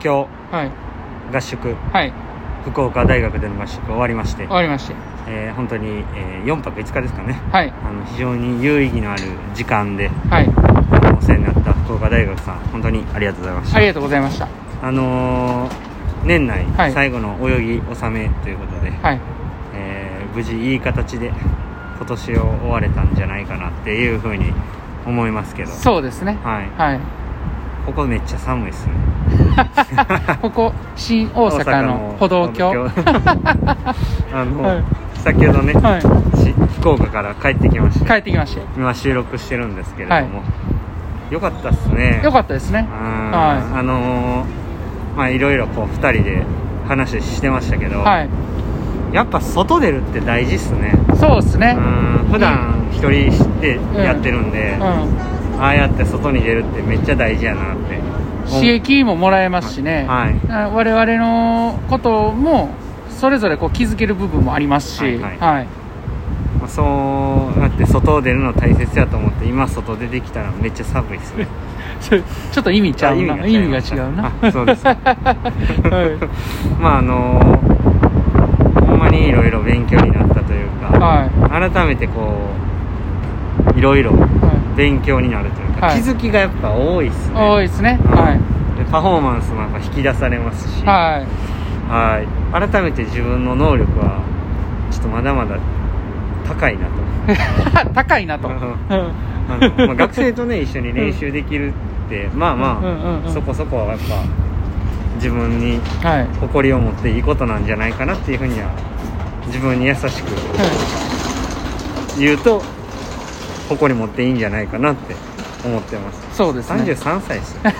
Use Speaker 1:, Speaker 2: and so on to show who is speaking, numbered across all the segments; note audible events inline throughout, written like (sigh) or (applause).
Speaker 1: 京
Speaker 2: はい
Speaker 1: 合宿
Speaker 2: はい
Speaker 1: 福岡大学での合宿終わりまして
Speaker 2: 終、わりまして
Speaker 1: えー本当に、え4泊5日ですかね
Speaker 2: はい
Speaker 1: あの非常に有意義のある時間で
Speaker 2: はい
Speaker 1: あのお世話になった福岡大学さん本当にありがとうございました
Speaker 2: ありがとうございました
Speaker 1: あのー年内
Speaker 2: はい
Speaker 1: 最後の泳ぎ納めということで、
Speaker 2: はい
Speaker 1: えー無事いい形で今年を終われたんじゃないかなっていうふうに思いますけど、
Speaker 2: そうですね
Speaker 1: はい、
Speaker 2: はい
Speaker 1: ここめっちゃ寒いですね
Speaker 2: ここ新大阪の歩道橋
Speaker 1: 歩道橋あの、
Speaker 2: は
Speaker 1: 先ほどね、
Speaker 2: は
Speaker 1: し福岡から帰ってきまし
Speaker 2: い帰
Speaker 1: た
Speaker 2: ってきまして
Speaker 1: 今収録してるんですけれども、よかったっすね
Speaker 2: よかったですね
Speaker 1: うん
Speaker 2: は
Speaker 1: あのーまあいろいろこう2人で話してましたけど、
Speaker 2: はい
Speaker 1: やっぱ外出るって大事っすね
Speaker 2: そうです
Speaker 1: う
Speaker 2: ね
Speaker 1: ん普段一人でやってるんで、
Speaker 2: うん
Speaker 1: ああやって外に出るってめっちゃ大事やなって思う
Speaker 2: 刺激ももらえますしね
Speaker 1: はい
Speaker 2: あ我々のこともそれぞれこう気づける部分もありますし
Speaker 1: はい
Speaker 2: はい (laughs)
Speaker 1: まあそうやって外を出るの大切やと思って今外出てきたらめっちゃ寒いっす
Speaker 2: (laughs)
Speaker 1: ね
Speaker 2: それちょっと意味ちゃうな
Speaker 1: あ
Speaker 2: 意味
Speaker 1: いました
Speaker 2: が違うな
Speaker 1: あそうです
Speaker 2: (laughs) は
Speaker 1: まああのーほんまにいろいろ勉強になったというか、
Speaker 2: いはい
Speaker 1: 改めてこういろいろ
Speaker 2: は
Speaker 1: 勉強になるというか、
Speaker 2: はい
Speaker 1: 気づきがやっぱ多いっすね
Speaker 2: い多いですね
Speaker 1: うん
Speaker 2: は
Speaker 1: でパフォーマンスもやっぱ引き出されますし、
Speaker 2: いはい
Speaker 1: はい改めて自分の能力はちょっとまだまだ高いなと
Speaker 2: (laughs) 高いなと。
Speaker 1: う
Speaker 2: うんん
Speaker 1: あの、まあ、
Speaker 2: (laughs)
Speaker 1: 学生とね一緒に練習できるって、まあまあ、
Speaker 2: うんうんうん
Speaker 1: そこそこはやっぱ自分に
Speaker 2: はい。はい
Speaker 1: 誇りを持っていいことなんじゃないかなっていうふうには自分に優しく言うと誇り持っていいんじゃないかなって思ってます
Speaker 2: そうですね。
Speaker 1: 33歳ですよ、ね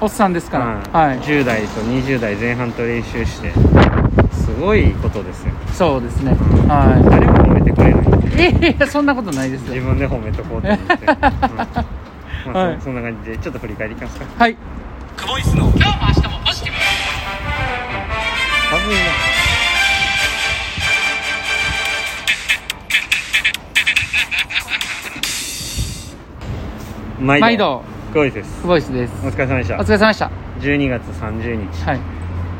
Speaker 2: おっさんですから。はい。
Speaker 1: 10代と20代前半と練習してすごいことですよ
Speaker 2: そうですね。は
Speaker 1: 誰も褒めてくれない
Speaker 2: い。ええ、そんなことないです
Speaker 1: 自
Speaker 2: よ。
Speaker 1: 分で褒めとこうと思っ
Speaker 2: (laughs)
Speaker 1: て、うんまあ
Speaker 2: はい
Speaker 1: そそんな感じでちょっと振り返りいきますか
Speaker 2: はい。
Speaker 1: クボイスの
Speaker 2: 今日も明日もポジティブ。
Speaker 1: 寒いな毎
Speaker 2: 毎度、
Speaker 1: クボイスです
Speaker 2: クボイスです。
Speaker 1: お疲れ様でし
Speaker 2: お
Speaker 1: た
Speaker 2: 疲れ様でした。
Speaker 1: 12月30日、
Speaker 2: はい。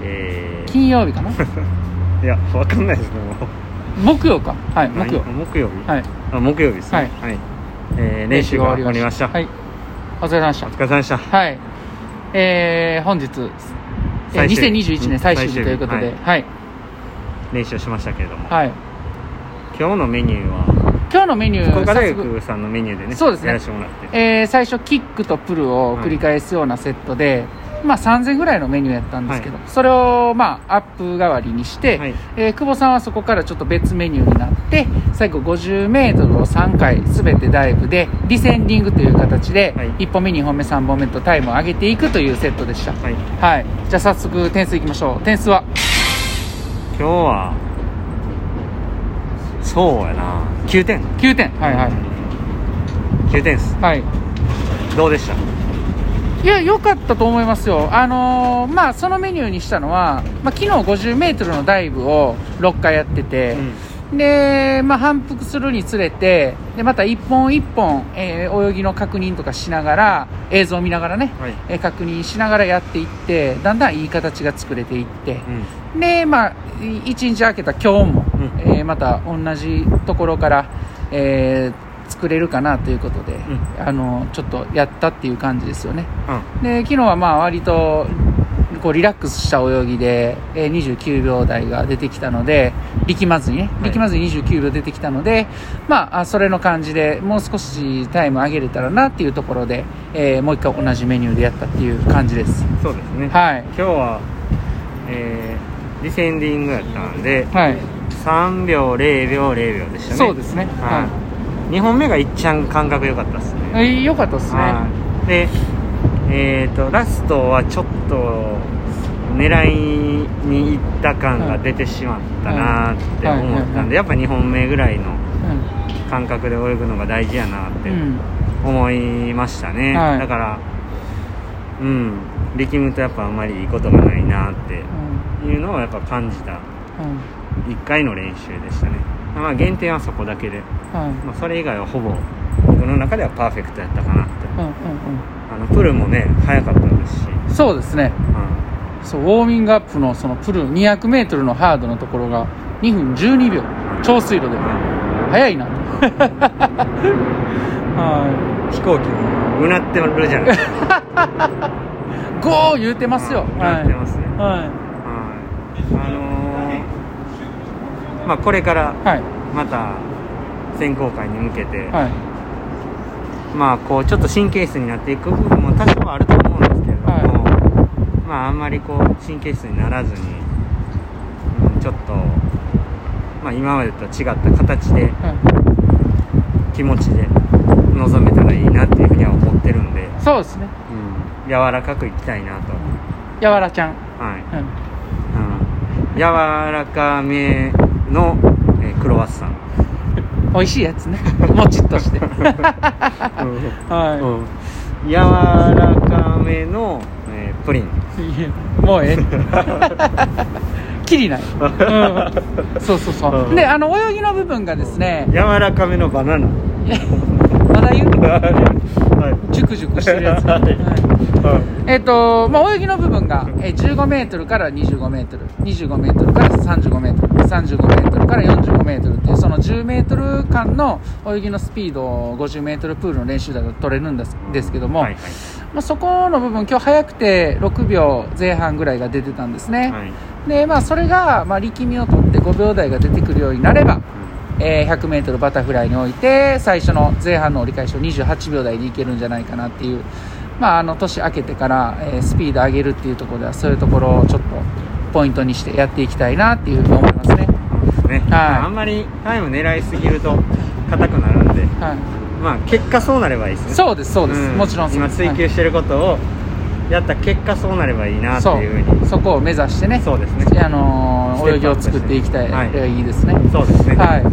Speaker 1: えー、
Speaker 2: 金曜日か
Speaker 1: (laughs)
Speaker 2: な
Speaker 1: いやわかんないですねもう
Speaker 2: 木曜か。はい。木曜
Speaker 1: 何。木曜日、
Speaker 2: はい。
Speaker 1: あ木曜日ですね
Speaker 2: はい
Speaker 1: えー練習が終わりました
Speaker 2: はい。お疲れ様でし
Speaker 1: お
Speaker 2: た。
Speaker 1: 疲れ様でした
Speaker 2: はい。えー、本日、えー
Speaker 1: 最終日
Speaker 2: 2021年最終日ということで、はい。
Speaker 1: 練習をしましたけれども、
Speaker 2: はい。
Speaker 1: 今日のメニューは
Speaker 2: 今日のメニュー、
Speaker 1: 福岡大
Speaker 2: 早速
Speaker 1: 学さんのメニューでね
Speaker 2: そうですね
Speaker 1: やらせてもらって
Speaker 2: えー最初キックとプルを繰り返すようなセットで、まあ、3000ぐらいのメニューやったんですけど、
Speaker 1: は
Speaker 2: それを、まあ、アップ代わりにして、
Speaker 1: はい
Speaker 2: えー久保さんはそこからちょっと別メニューになって最後 50m を3回全てダイブでディセンディングという形で、
Speaker 1: はい
Speaker 2: 1本目2本目3本目とタイムを上げていくというセットでした、
Speaker 1: はい
Speaker 2: はい、じゃあ早速点数いきましょう点数は
Speaker 1: 今日はそうやな9点
Speaker 2: 9点はいはい
Speaker 1: 9点です
Speaker 2: はい
Speaker 1: どうでした
Speaker 2: いや、良かったと思いますよ。あのーまあ、そのメニューにしたのは、まあ、昨日50メートルのダイブを6回やってて、で、まあ、反復するにつれて、で、また一本一本、えー泳ぎの確認とかしながら、映像を見ながらね、
Speaker 1: はい
Speaker 2: えー確認しながらやっていって、だんだんいい形が作れていって、で、まあ、い一日空けた今日も、
Speaker 1: うん
Speaker 2: えーまた同じところから、えー作れるかなということで、あのーちょっとやったっていう感じですよね。で昨日はまあ割とこうリラックスした泳ぎでえー29秒台が出てきたので力まずにね
Speaker 1: はい
Speaker 2: 力まずに29秒出てきたので、まああそれの感じでもう少しタイム上げれたらなっていうところで、えーもう一回同じメニューでやったっていう感じです
Speaker 1: うんそうですね
Speaker 2: はい
Speaker 1: 今日はえーディセンディングやったんで
Speaker 2: はい、
Speaker 1: 3秒0秒0秒でしたね
Speaker 2: そうですねは
Speaker 1: はい2本目がいっちゃん感覚良かったですね
Speaker 2: い、えーよかったですね
Speaker 1: はいでえっ、とラストはちょっと狙いに行った感が出てしまったなって思ったんでやっぱ2本目ぐらいの感覚で泳ぐのが大事やなっ
Speaker 2: う
Speaker 1: て
Speaker 2: ん、うん、
Speaker 1: 思いましたね、
Speaker 2: はい
Speaker 1: だからうん力むとやっぱあんまりいいことがないなっていうのをやっぱ感じた
Speaker 2: うんうん
Speaker 1: 1回の練習でしたねまあ減点はそこだけで、
Speaker 2: はい
Speaker 1: まあ、それ以外はほぼ僕の中ではパーフェクトやったかなって
Speaker 2: うんうん
Speaker 1: あのプルもね早かったですし、
Speaker 2: うんそうですね
Speaker 1: う
Speaker 2: そうウォーミングアップのそのプル 200m のハードのところが2分12秒超水路で速いな (laughs) は
Speaker 1: 飛行機もうなってるじ
Speaker 2: (laughs)
Speaker 1: ゃないですか
Speaker 2: いゴー言うてますよ、
Speaker 1: う
Speaker 2: は
Speaker 1: なってま
Speaker 2: い
Speaker 1: すね、
Speaker 2: は
Speaker 1: はいあのーまあこれから
Speaker 2: いはい
Speaker 1: また選考会に向けて、
Speaker 2: はい
Speaker 1: まあこうちょっと神経質になっていく部分も多少はあると思うんですけれども、まああんまりこう神経質にならずに、うん、ちょっと、まあ、今までと違った形で
Speaker 2: は
Speaker 1: 気持ちで臨めたらいいなっていうふうには思ってるんで、
Speaker 2: いそうですね
Speaker 1: 柔らかくいきたいなと、
Speaker 2: やわらちゃん、
Speaker 1: はい
Speaker 2: うん、
Speaker 1: うん、柔らかめの、えークロワッサン、
Speaker 2: 美味しいやつねもちっとしては
Speaker 1: 柔らかめの、えープリン
Speaker 2: いいやもうええきりない、うん、そうそうそう、
Speaker 1: うん
Speaker 2: であの泳ぎの部分がですね
Speaker 1: 柔らかめのバナナ
Speaker 2: まだ言う
Speaker 1: はい
Speaker 2: ジュクジュクしてるやつ、
Speaker 1: はい
Speaker 2: はい
Speaker 1: はい
Speaker 2: えっ、と、まあ、泳ぎの部分が、えー、15メートルから25メートル、25メートルから35メートル、35メートルから45メートルっていう、その10メートル間の泳ぎのスピードを50メートルプールの練習だと取れるんですですけども、
Speaker 1: はい
Speaker 2: まあ、そこの部分、今日早くて6秒前半ぐらいが出てたんですね。
Speaker 1: はい
Speaker 2: で、まあ、それが、まあ、力みを取って5秒台が出てくるようになれば、えー 100m バタフライにおいて最初の前半の折り返しを28秒台でいけるんじゃないかなっていう、まあ、あの年明けてから、えースピード上げるっていうところではそういうところをちょっとポイントにしてやっていきたいなっていうふうに思いますね。
Speaker 1: うんね、まああんまりタイム狙いすぎると硬くなるんで
Speaker 2: は
Speaker 1: まあ結果そうなればいいです
Speaker 2: い、
Speaker 1: ね
Speaker 2: そうですそうです、
Speaker 1: ん
Speaker 2: もちろんそう
Speaker 1: 今
Speaker 2: です
Speaker 1: 追求してることをやった結果そうなればいいな
Speaker 2: は
Speaker 1: っ
Speaker 2: い
Speaker 1: て
Speaker 2: そ
Speaker 1: いうふうに
Speaker 2: うそこを目指してね
Speaker 1: そうですね
Speaker 2: あのー泳ぎを作っていきたい、
Speaker 1: はい
Speaker 2: い、いですね
Speaker 1: そうですね、
Speaker 2: はい、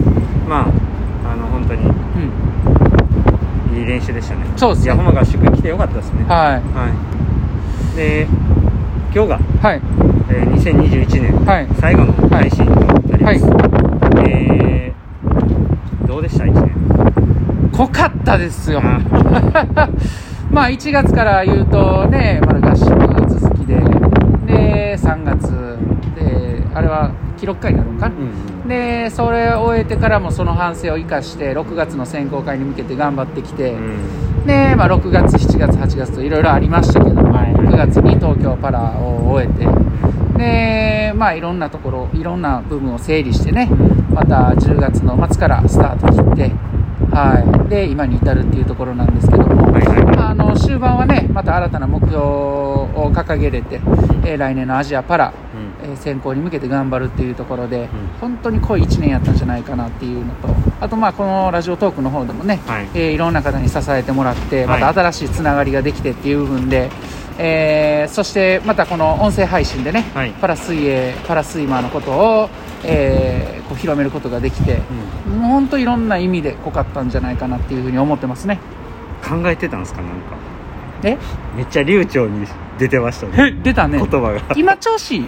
Speaker 1: まああの本当に
Speaker 2: うん、
Speaker 1: いい練習でしたね
Speaker 2: そうですね
Speaker 1: いやほんま合宿来てよかったですねは、
Speaker 2: はい
Speaker 1: で今日が、
Speaker 2: いはい
Speaker 1: えー2021年
Speaker 2: はい
Speaker 1: 最後の配信となります、えーどうでした1年
Speaker 2: 濃かったですよ
Speaker 1: あ
Speaker 2: まあ1月から言うとね、まだ合宿続きで、で、3月、で、あれは記録会になるのかな、で、それを終えてからもその反省を生かして、6月の選考会に向けて頑張ってきて、
Speaker 1: うん
Speaker 2: で、まあ、6月、7月、8月といろいろありましたけども、
Speaker 1: はい
Speaker 2: 9月に東京パラを終えて、で、まあ、いろんなところ、いろんな部分を整理してね、また10月の末からスタート切って、はい、で、今に至るっていうところなんですけども、
Speaker 1: はいはい
Speaker 2: まああの終盤はね、また新たな目標を掲げれて、えー来年のアジアパラ、
Speaker 1: うん
Speaker 2: えー選考に向けて頑張るっていうところで、
Speaker 1: ん
Speaker 2: 本当に濃い1年やったんじゃないかなっていうのとあとまあこのラジオトークの方でもね、
Speaker 1: はい
Speaker 2: えーいろんな方に支えてもらって
Speaker 1: は
Speaker 2: ま
Speaker 1: い
Speaker 2: た新しいつながりができてっていう部分で、えーそしてまたこの音声配信でね、
Speaker 1: はい
Speaker 2: パラ水泳パラスイマーのことを、えーこう広めることができて、もう本当いろんな意味で濃かったんじゃないかなっていうふうに思ってますね
Speaker 1: 考えてたんですかなんか
Speaker 2: え
Speaker 1: めっちゃ流暢に出てましたね
Speaker 2: え出たね
Speaker 1: 言葉が
Speaker 2: 今調子い
Speaker 1: (laughs)
Speaker 2: い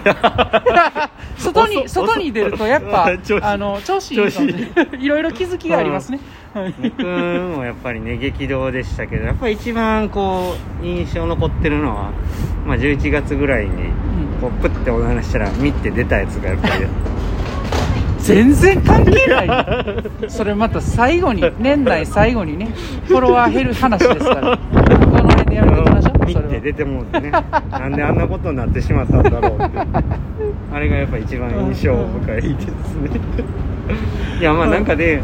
Speaker 2: 外
Speaker 1: 遅
Speaker 2: に
Speaker 1: っ
Speaker 2: 外に出るとやっぱ
Speaker 1: (laughs) 調子
Speaker 2: あの調子いいかもねいろいろ気づきがありますね、はい
Speaker 1: 僕もやっぱりね激動でしたけどやっぱり一番こう印象残ってるのは、まあ、11月ぐらいに
Speaker 2: うん
Speaker 1: こうプッてお話したら「見」って出たやつがやっぱり
Speaker 2: 全然関
Speaker 1: (laughs)
Speaker 2: 係ないそれまた最後に年内最後にねフォロワー減る話ですからこの辺でやめていきましょう
Speaker 1: 見
Speaker 2: そ
Speaker 1: って
Speaker 2: れ
Speaker 1: 出てもうてねなんであんなことになってしまったんだろうってあれがやっぱ一番印象深いです
Speaker 2: (laughs)
Speaker 1: ねいやまあなんかで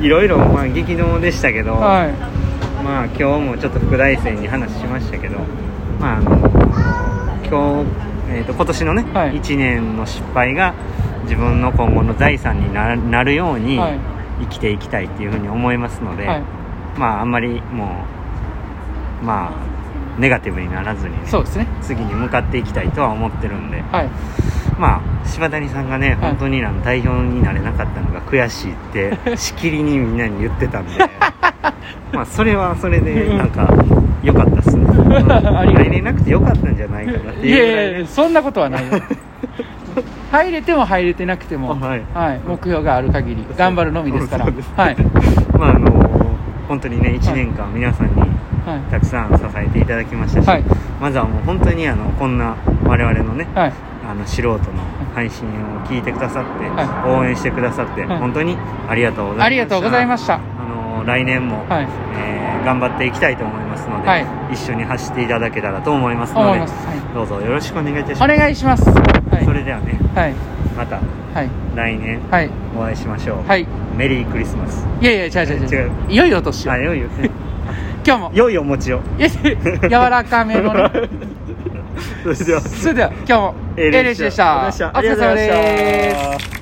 Speaker 1: いろいろまあ激動でしたけど、
Speaker 2: ははい
Speaker 1: まあ今日もちょっと副大生に話しましたけど、まあ、あの今日、えー、と今年のね、
Speaker 2: はい
Speaker 1: 1年の失敗が自分の今後の財産にななるように
Speaker 2: はい
Speaker 1: 生きていきたいっていうふうに思いますので、
Speaker 2: はい
Speaker 1: まああんまりもうまあネガティブにならずに、ね、
Speaker 2: そうですね
Speaker 1: 次に向かっていきたいとは思ってるんで
Speaker 2: はい
Speaker 1: まあ柴谷さんがね
Speaker 2: はい
Speaker 1: 本当にあの代表になれなかったのが悔しいって
Speaker 2: (laughs)
Speaker 1: しきりにみんなに言ってたんでまあそれはそれでなんか良かったっす
Speaker 2: (laughs)
Speaker 1: ね、うん、
Speaker 2: ありがとう
Speaker 1: 入れなくて良かったんじゃないかなって
Speaker 2: い
Speaker 1: いうぐ
Speaker 2: や
Speaker 1: ら
Speaker 2: い
Speaker 1: い
Speaker 2: や
Speaker 1: ね
Speaker 2: そんなことはない
Speaker 1: (laughs)
Speaker 2: よ入れても入れてなくても、
Speaker 1: あはい
Speaker 2: 目標がある限り頑張るのみですから
Speaker 1: そうですね
Speaker 2: はい
Speaker 1: まああの本当にね1年間皆さんに
Speaker 2: はい
Speaker 1: たくさん支えていただきましたし、
Speaker 2: はい
Speaker 1: まずはもう本当にあのこんな我々のね、
Speaker 2: はい
Speaker 1: あの素人の配信を聞いてくださって、
Speaker 2: は
Speaker 1: 応援してくださって、
Speaker 2: はい
Speaker 1: 本当にありがとうございました
Speaker 2: ありがとうございました
Speaker 1: あの来年も、
Speaker 2: はい
Speaker 1: えー頑張っていきたいと思いますので、
Speaker 2: はい
Speaker 1: 一緒に走っていただけたらと思いますの
Speaker 2: 思
Speaker 1: で
Speaker 2: いますは
Speaker 1: どうぞよろしくお願いいたします
Speaker 2: いお願いしますはい
Speaker 1: それではね
Speaker 2: はい
Speaker 1: また
Speaker 2: はい
Speaker 1: 来年
Speaker 2: はい
Speaker 1: お会いしましょう、
Speaker 2: はい
Speaker 1: メリークリスマス
Speaker 2: いやいや違う違う違う
Speaker 1: 違
Speaker 2: いよいよお年を
Speaker 1: あよいよ
Speaker 2: 今日も
Speaker 1: よいお餅を
Speaker 2: いや柔らかめのね
Speaker 1: (laughs) それでは
Speaker 2: それでは今日も A レーシでした
Speaker 1: ありがとうございました
Speaker 2: お疲れ様です